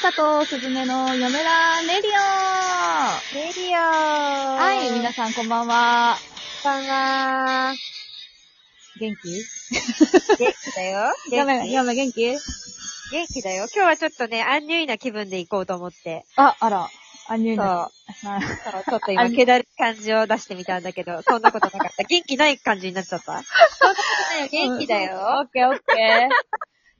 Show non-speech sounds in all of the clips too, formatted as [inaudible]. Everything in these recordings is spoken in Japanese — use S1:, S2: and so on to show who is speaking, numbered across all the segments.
S1: かとすずめの嫁らレディオ
S2: レディオは
S1: はい、皆
S2: さん
S1: さんこんばんは。
S2: こんばんは。
S1: 元気
S2: [laughs] 元気だよ。
S1: 嫁、
S2: 元気
S1: 嫁元気
S2: 元気だよ。今日はちょっとね、アンニュイな気分で行こうと思って。
S1: あ、あら、あんにゅ
S2: そう。
S1: い
S2: そう
S1: な。
S2: ちょっと
S1: ア
S2: 今、
S1: ン
S2: 気だるい感じを出してみたんだけど、そんなことなかった。元気ない感じになっちゃ [laughs] った。そんなことないよ元気だ
S1: オ
S2: よ。
S1: ッケーオッケー。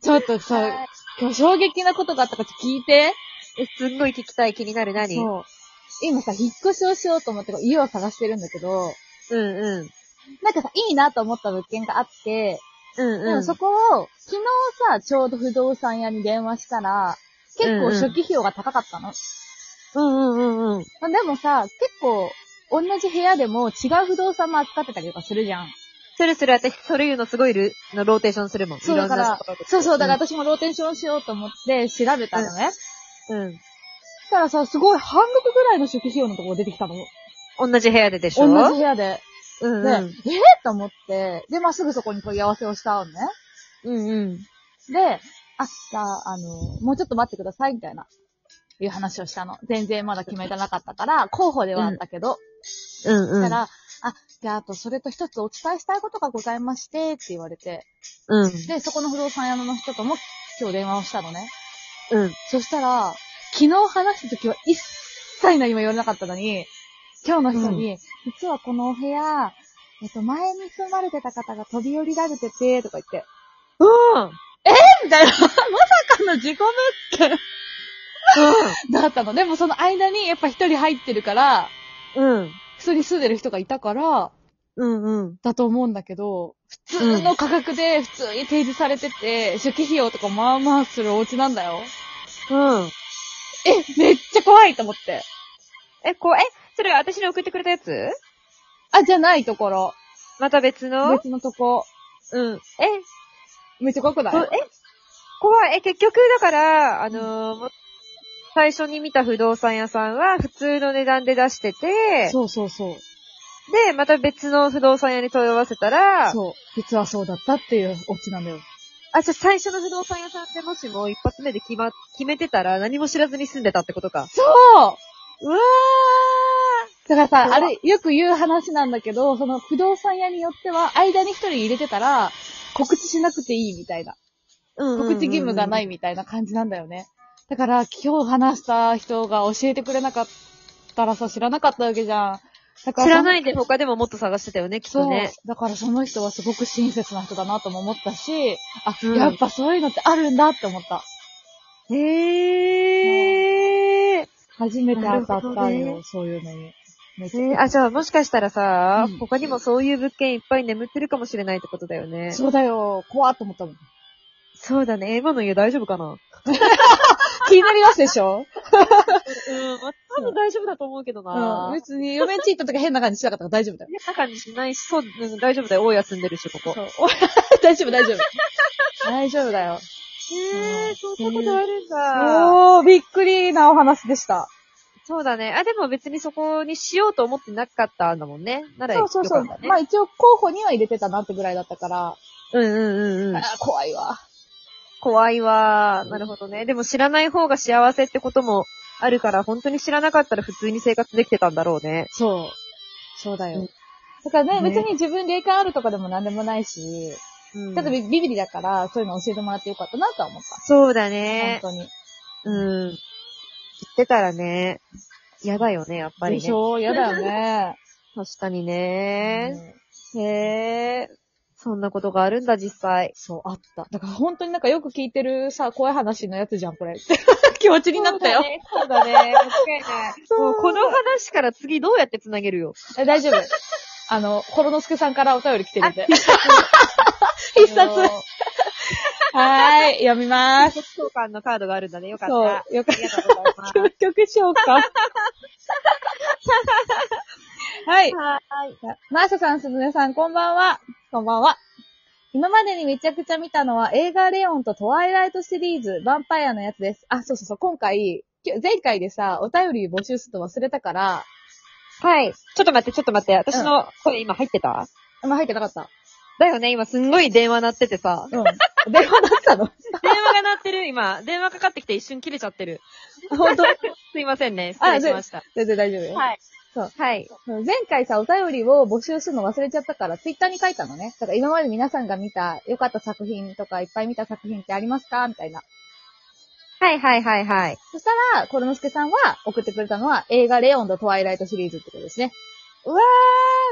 S1: ちょっとさ
S2: はい、
S1: 今日衝撃なことがあったからちょっと聞いて。
S2: えすんごい聞きたい。気になる。何う。
S1: そう。今さ、引っ越しをしようと思って家を探してるんだけど、
S2: んうん。
S1: なんかさ、いいなと思った物件があって、
S2: うん
S1: で
S2: う
S1: も
S2: ん。
S1: そこを、昨日さ、ちょうど不動産屋に電話したら、結構初期費用が高かったの。
S2: うんうんうんうん。
S1: まあでもさ、結構、同じ部屋でも違う不動産も扱ってたりとかするじゃん。
S2: それそれ、私、それ言うのすごいル、のローテーションするもん。
S1: そうだか
S2: いろん
S1: ら
S2: なところで、
S1: そうそう、だから私もローテーションしようと思って調べたのね。
S2: うん。
S1: そしたらさ、すごい半額ぐらいの初期費用のところ出てきたの。
S2: 同じ部屋ででしょ
S1: 同じ部屋で。
S2: う
S1: で、
S2: んう
S1: え
S2: ん。
S1: ーと思って、で、まあ、すぐそこに問い合わせをしたのね。
S2: うんうん。
S1: で、あ、じゃあ、あの、もうちょっと待ってください、みたいな、いう話をしたの。全然まだ決めてなかったから、候補ではあったけど。
S2: うん
S1: だ
S2: うん。
S1: から、あ、じゃあ、あと、それと一つお伝えしたいことがございまして、って言われて。
S2: うん。
S1: で、そこの不動産屋の人とも今日電話をしたのね。
S2: うん。
S1: そしたら、昨日話した時は一切何も言われなかったのに、今日の人に、実はこのお部屋、えっと、前に住まれてた方が飛び降りられてて、とか言って、
S2: うん。
S1: み
S2: [laughs]
S1: たいな、まさかの自己 [laughs] 物だったの。でもその間にやっぱ一人入ってるから、
S2: うん。
S1: 普通に住んでる人がいたから、
S2: うん。うん。
S1: だと思うんだけど、普通の価格で普通に提示されてて、初期費用とかまあまあするお家なんだよ。
S2: うん。
S1: え、めっちゃ怖いと思って。
S2: え、こう、え、それ私に送ってくれたやつ
S1: あ、じゃないところ。
S2: また別の
S1: 別のとこ。
S2: うん。え、
S1: めっちゃ怖くない
S2: こえ、怖い。え、結局、だから、あのーも最初に見た不動産屋さんは普通の値段で出してて、
S1: そうそうそう。
S2: で、また別の不動産屋に問い合わせたら、
S1: そう。実はそうだったっていうオチなんだよ。
S2: あ、じゃあ最初の不動産屋さんってもしも一発目で決ま、決めてたら何も知らずに住んでたってことか。
S1: そう
S2: うわ
S1: だからさ、あ
S2: 怖
S1: れ、よく言う話なんだけど、その不動産屋によっては、間に一人入れてたら、告知しなくていいみたいな。
S2: ーうんうんうん
S1: 告知義務がないみたいな感じなんだよね。だから、今日話した人が教えてくれなかったらさ、知らなかったわけじゃん。だから
S2: 知らないいで他でももっと探してたよね、きっ
S1: そ
S2: と
S1: う
S2: ね。。
S1: だからその人はすごく親切な人だなとも思ったし、あ、
S2: うん
S1: やっぱそういうのってあるんだって思った。
S2: へえ。
S1: 初めて当たっ
S2: な
S1: た
S2: るほ
S1: よ、
S2: どね
S1: そういうのに。めっちゃ
S2: ー、あ、じゃあもしかしたらさ、
S1: うん
S2: 他にもそういう物件いっぱい眠ってるかもしれないってことだよね。
S1: そうだよ、怖っと思ったもん。
S2: そうだね。今の家大丈夫かな
S1: 気になりますでしょ
S2: うん、まあ、多分大丈夫だと思うけど
S1: うん。
S2: な。
S1: 別に、嫁んち行った時変な感じしなかったから大丈夫だよ。
S2: 変な感じしないし、そう、うん、大丈夫だよ。大家住んでるし、ここ。
S1: そう。大丈夫、大丈夫。大丈夫だよ。う
S2: へ
S1: ん
S2: ー、そんなことあるんだ。
S1: おー、びっくりなお話でした。
S2: そうだね。あ、でも別にそこにしようと思ってなかったんだもんね。なら
S1: そうそうそう
S2: よかっ。たね
S1: まあ一応候補には入れてたなってぐらいだったから、
S2: うんうんうんう
S1: あ
S2: ん。
S1: ー怖いわ。
S2: 怖いわー。なるほどね。でも知らない方が幸せってこともあるから、本当に知らなかったら普通に生活できてたんだろうね。
S1: そう。そうだ
S2: うん
S1: よ。だからね、
S2: ね
S1: 別に自分霊感あるとかでも何でもないし、
S2: うん
S1: ちょっとビビビリだから、そういうの教えてもらってよかったなとは思った。
S2: そうだね。
S1: 本当に。
S2: うん。言ってたらね、やだよね、やっぱり
S1: でし
S2: ね。
S1: ょ嫌だよね。
S2: 確かに
S1: う
S2: ね。
S1: ん
S2: へー。そんなことがあるんだ、実際。
S1: そう、あった。だから本当になんかよく聞いてるさ、怖い話のやつじゃん、これ。 [laughs] 気持ちになったよ。
S2: そうだね。そうだね。間違いない。
S1: そう
S2: [laughs] もうこの話から次どうやって繋げるよ。
S1: え、大丈夫。 [laughs] あの、コロノスケさんからお便り来てるんで。 [laughs] 必殺。
S2: あのー
S1: はーい、読みまーす。
S2: 交換のカードがあるんだね。よかった。
S1: そ
S2: あ
S1: う、よかっ
S2: りがとうございます
S1: た。。曲紹 [laughs] 介。はい。
S2: はい。
S1: マーサさん、すずねさん、こんばんは。こんばんは。今までにめちゃくちゃ見たのは映画レオンとトワイライトシリーズ、ヴァンパイアのやつです。あ、そうそうそう、今回、きゅ前回でさ、お便り募集するの忘れたから、
S2: はい。ちょっと待って、ちょっと待って。私の声今入ってた、
S1: あんま入ってなかった。
S2: だよね、今すんごい電話鳴っててさ。
S1: うん。電話だったの
S3: 電話が鳴ってる、今。電話かかってきて一瞬切れちゃってる。
S1: 本当
S3: すいませんね。失礼しました。
S1: 全然大丈夫よ。
S3: はい。
S2: はい。
S1: 前回さ、お便りを募集するの忘れちゃったから、ツイッターに書いたのね。だから今まで皆さんが見た、良かった作品とか、いっぱい見た作品ってありますかみたいな。
S2: はいはいはいはい。
S1: そしたら、コロノスケさんは送ってくれたのは、映画レオンとトワイライトシリーズってことですね。
S2: うわ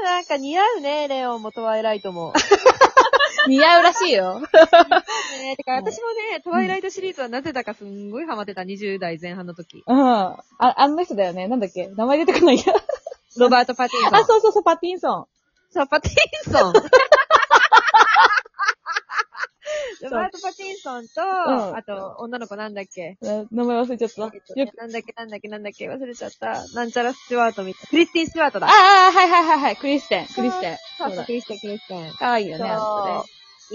S2: ー、なんか似合うね、レオンもトワイライト [laughs] も。
S1: 似合うらしいよ。
S2: ね、てか私もね、トワイライトシリーズはなぜだかすんごいハマってた、20代前半の時。
S1: うん。あ、あの人だよね。なんだっけ名前出てこないや。
S2: ロバート・パティンソン。
S1: あ、そうそうそう、パティンソン。
S2: [laughs] そう、パティンソン。ロバート・パティンソンと、
S1: ん
S2: あと、女の子なんだっけ
S1: な名前忘れちゃった。よ
S2: えっと
S1: く、
S2: ねなんだっけなんだっけなんだっけ忘れちゃった。なんちゃらスチュワートみたい。クリスティン・スチュワート
S1: あ
S2: だ。
S1: あ、はいはいはいはい、クリステン、クリステン。そ
S2: そう
S1: う
S2: そう、
S1: だ
S2: ク。リスティン、クリスティン。
S1: かわいいよね、あの人ね。
S2: そう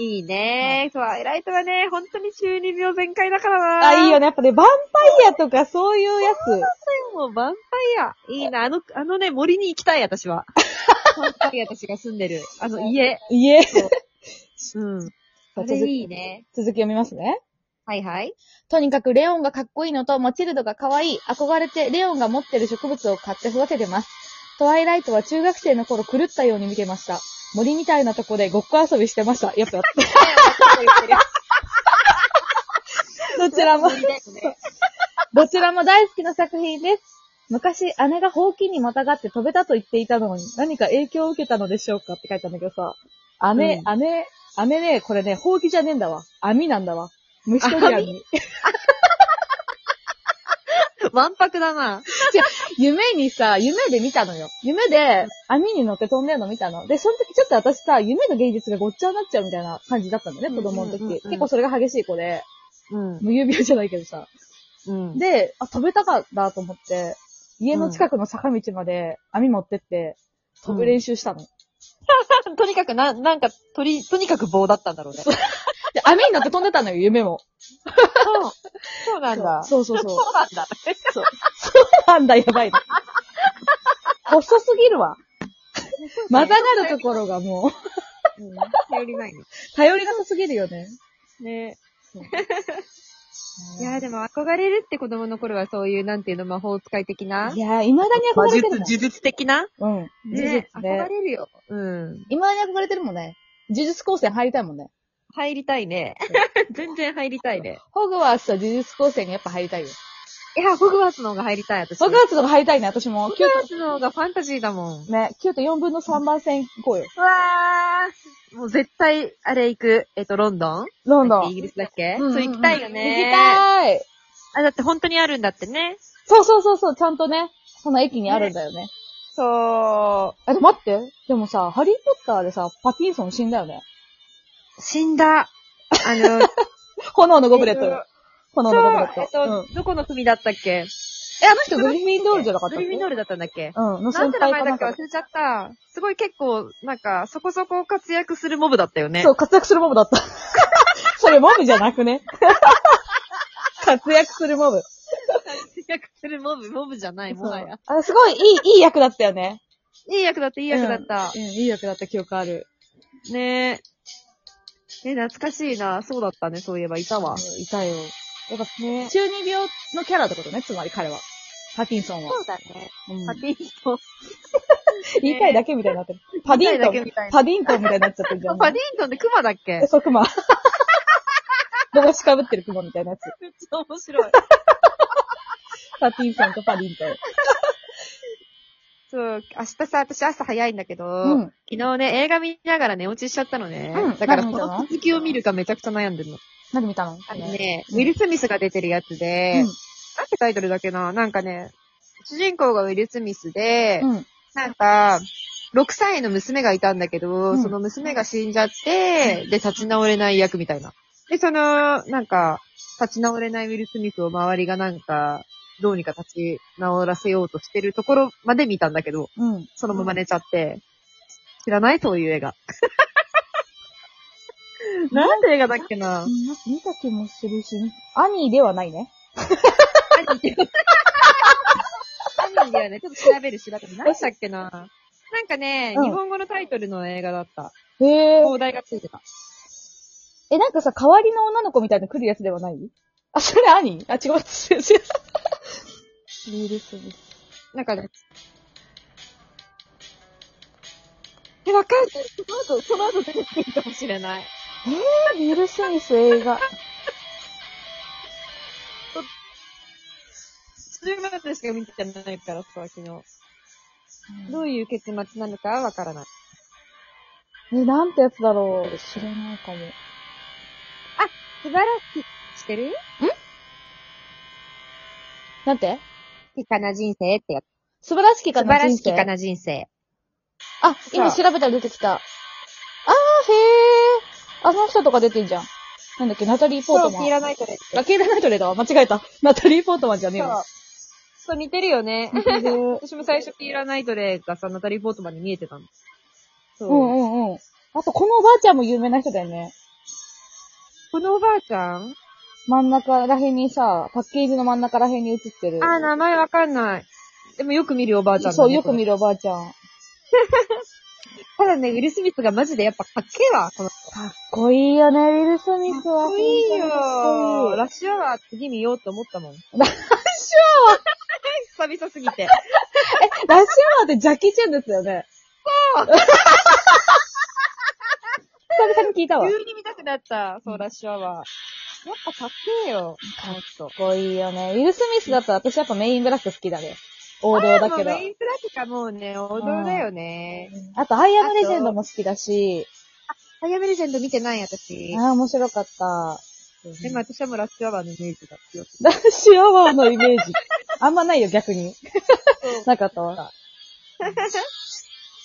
S2: いいね。トワイライトはね、本当に中二病全開だからな。
S1: あ、いいよ
S2: ね。
S1: ね。やっぱね、ヴァンパイアとかそういうやつ。
S2: もう、ヴァンパイア。いいな。あの、あのね、森に行きたい、私は。ヴァンパイアたちが住んでる。あの、 [laughs] 家。
S1: いえ。
S2: うん。あ
S1: 続
S2: れ
S1: き
S2: いいね。
S1: 続き読みますね。
S2: はいはい。
S1: とにかくレオンがかっこいいのと、マチルドがかわいい。憧れてレオンが持ってる植物を買って育ててます。トワイライトは中学生の頃狂ったように見てました。森みたいなとこでごっこ遊びしてました。やっぱ、 [laughs]
S2: [laughs]
S1: どちらも、どちらも大好きな作品です。昔、姉がほうきにまたがって飛べたと言っていたのに、何か影響を受けたのでしょうかって書いたんだけどさ、姉、姉、姉ね、これね、ほうきじゃねえんだわ。網なんだわ。虫取り網。
S2: わんぱくだな。
S1: 夢にさ、夢で見たのよ。夢で、網に乗って飛んでるの見たの。で、その時ちょっと私さ、夢の現実がごっちゃになっちゃうみたいな感じだったのね、子供の時。
S2: うんうんうんうん
S1: 結構それが激しい子で、
S2: うん。
S1: 無指病じゃないけどさ。
S2: うん。
S1: で、あ、飛べたかったと思って、家の近くの坂道まで網持ってって、飛ぶ練習したの。
S2: とにかくな、なんか、とり、とにかく棒だったんだろうね。そう。
S1: で、網に乗って飛んでたのよ、夢も。
S2: そうなんだ。
S1: そうそうそう。
S2: うなんだ。
S1: なんだ、やばいね。 [laughs] 細すぎる [laughs] わ。またがるところがもう、
S2: 頼りないね。
S1: 頼りなさすぎるよね。。
S2: ね。いやーでも憧れるって子供の頃はそういう、なんていうの、魔法使い的ない
S1: やー、未だに憧
S3: 魔
S1: れ
S3: 術
S1: てるもん、
S3: 呪術的な
S1: うん。
S2: ね
S1: 事実ね。
S2: 憧れるよ。うん。
S1: 今に憧れてるもんね。呪術高専入りたいもんね。
S2: 入りたいね。 [laughs] 全然入りたいね。
S1: ホグワーツと呪術高専にやっぱ入りたいよ。
S2: いや、ホグワーツの方が入りたい、私。
S1: ホグワーツとか入りたいね、私も。
S2: ホ
S1: 9
S2: グワーツの方がファンタジーだもん。
S1: と、ね、9と4分の3番線行こうよ。
S2: うわー。もう絶対、あれ行く。えっと、ロンドン
S1: ロンド
S2: イ
S1: ン。
S2: ギリスだっけ、
S1: うんうんうん
S2: そう行きたいよね。
S1: 行きたい
S2: あ、だって本当にあるんだってね。
S1: そうそうそうそう、ちゃんとね、その駅にあるんだよね。
S2: そ
S1: あ、でも待って。でもさ、ハリーポッターでさ、パティンソン死んだよね。
S2: う。死んだ。あ [laughs] の、
S1: 炎のゴブレッ
S2: えっ
S1: ト
S2: と。
S1: 炎のゴブレット。
S2: そうえっと、
S1: うん、
S2: どこの組だったっけ
S1: え、あの人グリフィンドールじゃなかったっ
S2: グ
S1: け
S2: リフィンドールだったんだっけ
S1: うん、の
S2: なん
S1: 先
S2: て名
S1: 輩か
S2: 前だ
S1: な
S2: っ
S1: ん
S2: け
S1: か
S2: 忘。れちゃった。すごい結構、なんか、そこそこ活躍するモブだったよね。
S1: そう、活躍するモブだった。 [laughs] それモブじゃなくね。 [laughs] 活躍するモブ。
S2: 活躍するモブ、モブじゃない、もはや。
S1: あすごい、いい、いい役だったよね。
S2: いい役だった、いい役だった
S1: う。ん、いい役だった記憶ある。
S2: ねえ。え、懐かしいな。そうだったね、そういえば、いたわ。
S1: いたよ。やっぱ、
S2: ね
S1: 中二病のキャラってことね、つまり彼は。パティンソンは。
S2: うだね。
S1: うん
S2: パティントン。
S1: 言いたいだけみたいになってる。パディント
S2: 言いたいだけみたい
S1: ン、
S2: な
S1: パディントンみたいになっちゃってる [laughs] じゃん。
S2: パディントンってクマだっけ
S1: そう、クマ。帽子かぶってるクマみたいなやつ。
S2: めっちゃ面白い。
S1: パティンソンとパディントン。
S2: [laughs] そう、明日さ、私朝早いんだけど、
S1: うん
S2: 昨日ね、映画見ながら寝落ちしちゃったのね。
S1: うん
S2: だから、
S1: 何
S2: こ
S1: 見たの
S2: の続きを見るかめちゃくちゃ悩んでるの。
S1: 何見たの
S2: あのね、ウィル・スミスが出てるやつで、
S1: うん
S2: なんてタイトルだっけな、なんかね、主人公がウィル・スミスで、
S1: うん。
S2: なんか、6歳の娘がいたんだけど、
S1: うん
S2: その娘が死んじゃって、で、立ち直れない役みたいな。で、その、なんか、立ち直れないウィル・スミスを周りがなんか、どうにか立ち直らせようとしてるところまで見たんだけど、
S1: うん。
S2: そのまま寝ちゃって。知らないそういう映画。なんて映画だっけな
S1: 見た気もするし、兄ではないね。
S2: 何言ってる何だよね。ちょっと調べる調べる。何でしたっけななんかね、
S1: うん
S2: 日本語のタイトルの映画だった。
S1: へえ。
S3: 放題がついてた。
S1: え、なんかさ、代わりの女の子みたいな来るやつではないあ、それ兄あ、違う、先生。リールスミス。
S2: なんか、え、わかる
S3: その後、その後出てくるかもしれない。
S1: リールスミス映画。
S3: それまでしか見てないからさ、昨日。
S2: どういう結末なのかはわからない。
S1: え、なんてやつだろう。知らないかも。
S2: 素晴らしい。してる
S1: なんて
S2: 好きかな人生ってやつ。
S1: 素晴らしきか
S2: 素晴
S1: な
S2: ら
S1: 人
S2: し
S1: 生
S2: きかな人生。
S1: あ、今調べたら出てきた。あー、へー。あの人とか出てんじゃん。なんだっけ、ナタリー・ポー
S2: そ
S1: ト
S2: う、
S1: マ
S2: ピー
S1: ン。
S2: ラナイトです。
S1: あ、ケイラナイトレーだわ。間違えた。ナタリー・ポートマンじゃねえ
S2: そう
S1: わ。。
S2: そう、似てるよね。
S1: うん
S2: [laughs] 私も最初ピーラナイトレーがさ、ナタリー・ポートマンに見えてたの。そう。
S1: うんうん。あと、このおばあちゃんも有名な人だよね。
S2: このおばあちゃん
S1: 真ん中ら辺にさ、パッケージの真ん中ら辺に映ってる。
S2: あー、名前わかんない。でもよく見るおばあちゃんだね
S1: そう、よく見
S2: る。
S1: るおばあちゃん。
S2: ただね、ウィル・スミスがマジでやっぱかっけえわ、この。か
S1: かっこいいよね、ウィル・スミスは。かっこいい
S2: ラッシュアワー次見ようと思ったもん。ラッシ
S1: ラッシ
S2: ュアワー久々すぎて。
S1: ラッシュアワーってジャッキー・チェンですよね。そう久々に聞いたわ。かっ
S2: 急に見たくなった、そう、ラッシュアワー。やっぱかっけえよ。かっ
S1: こいいよね。ウィル・スミスだと私やっぱメインブラック好きだね。王道だけど。
S2: メインプラスがもうね、王道だよね。
S1: あと、アイアムレジェンドも好きだし、
S2: アイアムレジェンド見てない、私。
S1: ああ、面白かった。
S2: でも私はもうラッシュアワーのイメージが
S1: [laughs]
S2: 強くて。
S1: ラッシュアワーのイメージ。あんまないよ、逆に。なかったわ。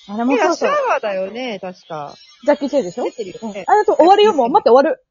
S1: あれも
S2: え、ラ
S1: そ
S2: ッ
S1: う
S2: シュ
S1: そう。
S2: アワーだよね、確か。
S1: ジャッキー・チェンでしょ
S2: 出てるよ
S1: うん
S2: ね。
S1: あ、あと終わるよ、もう。待って、終わる。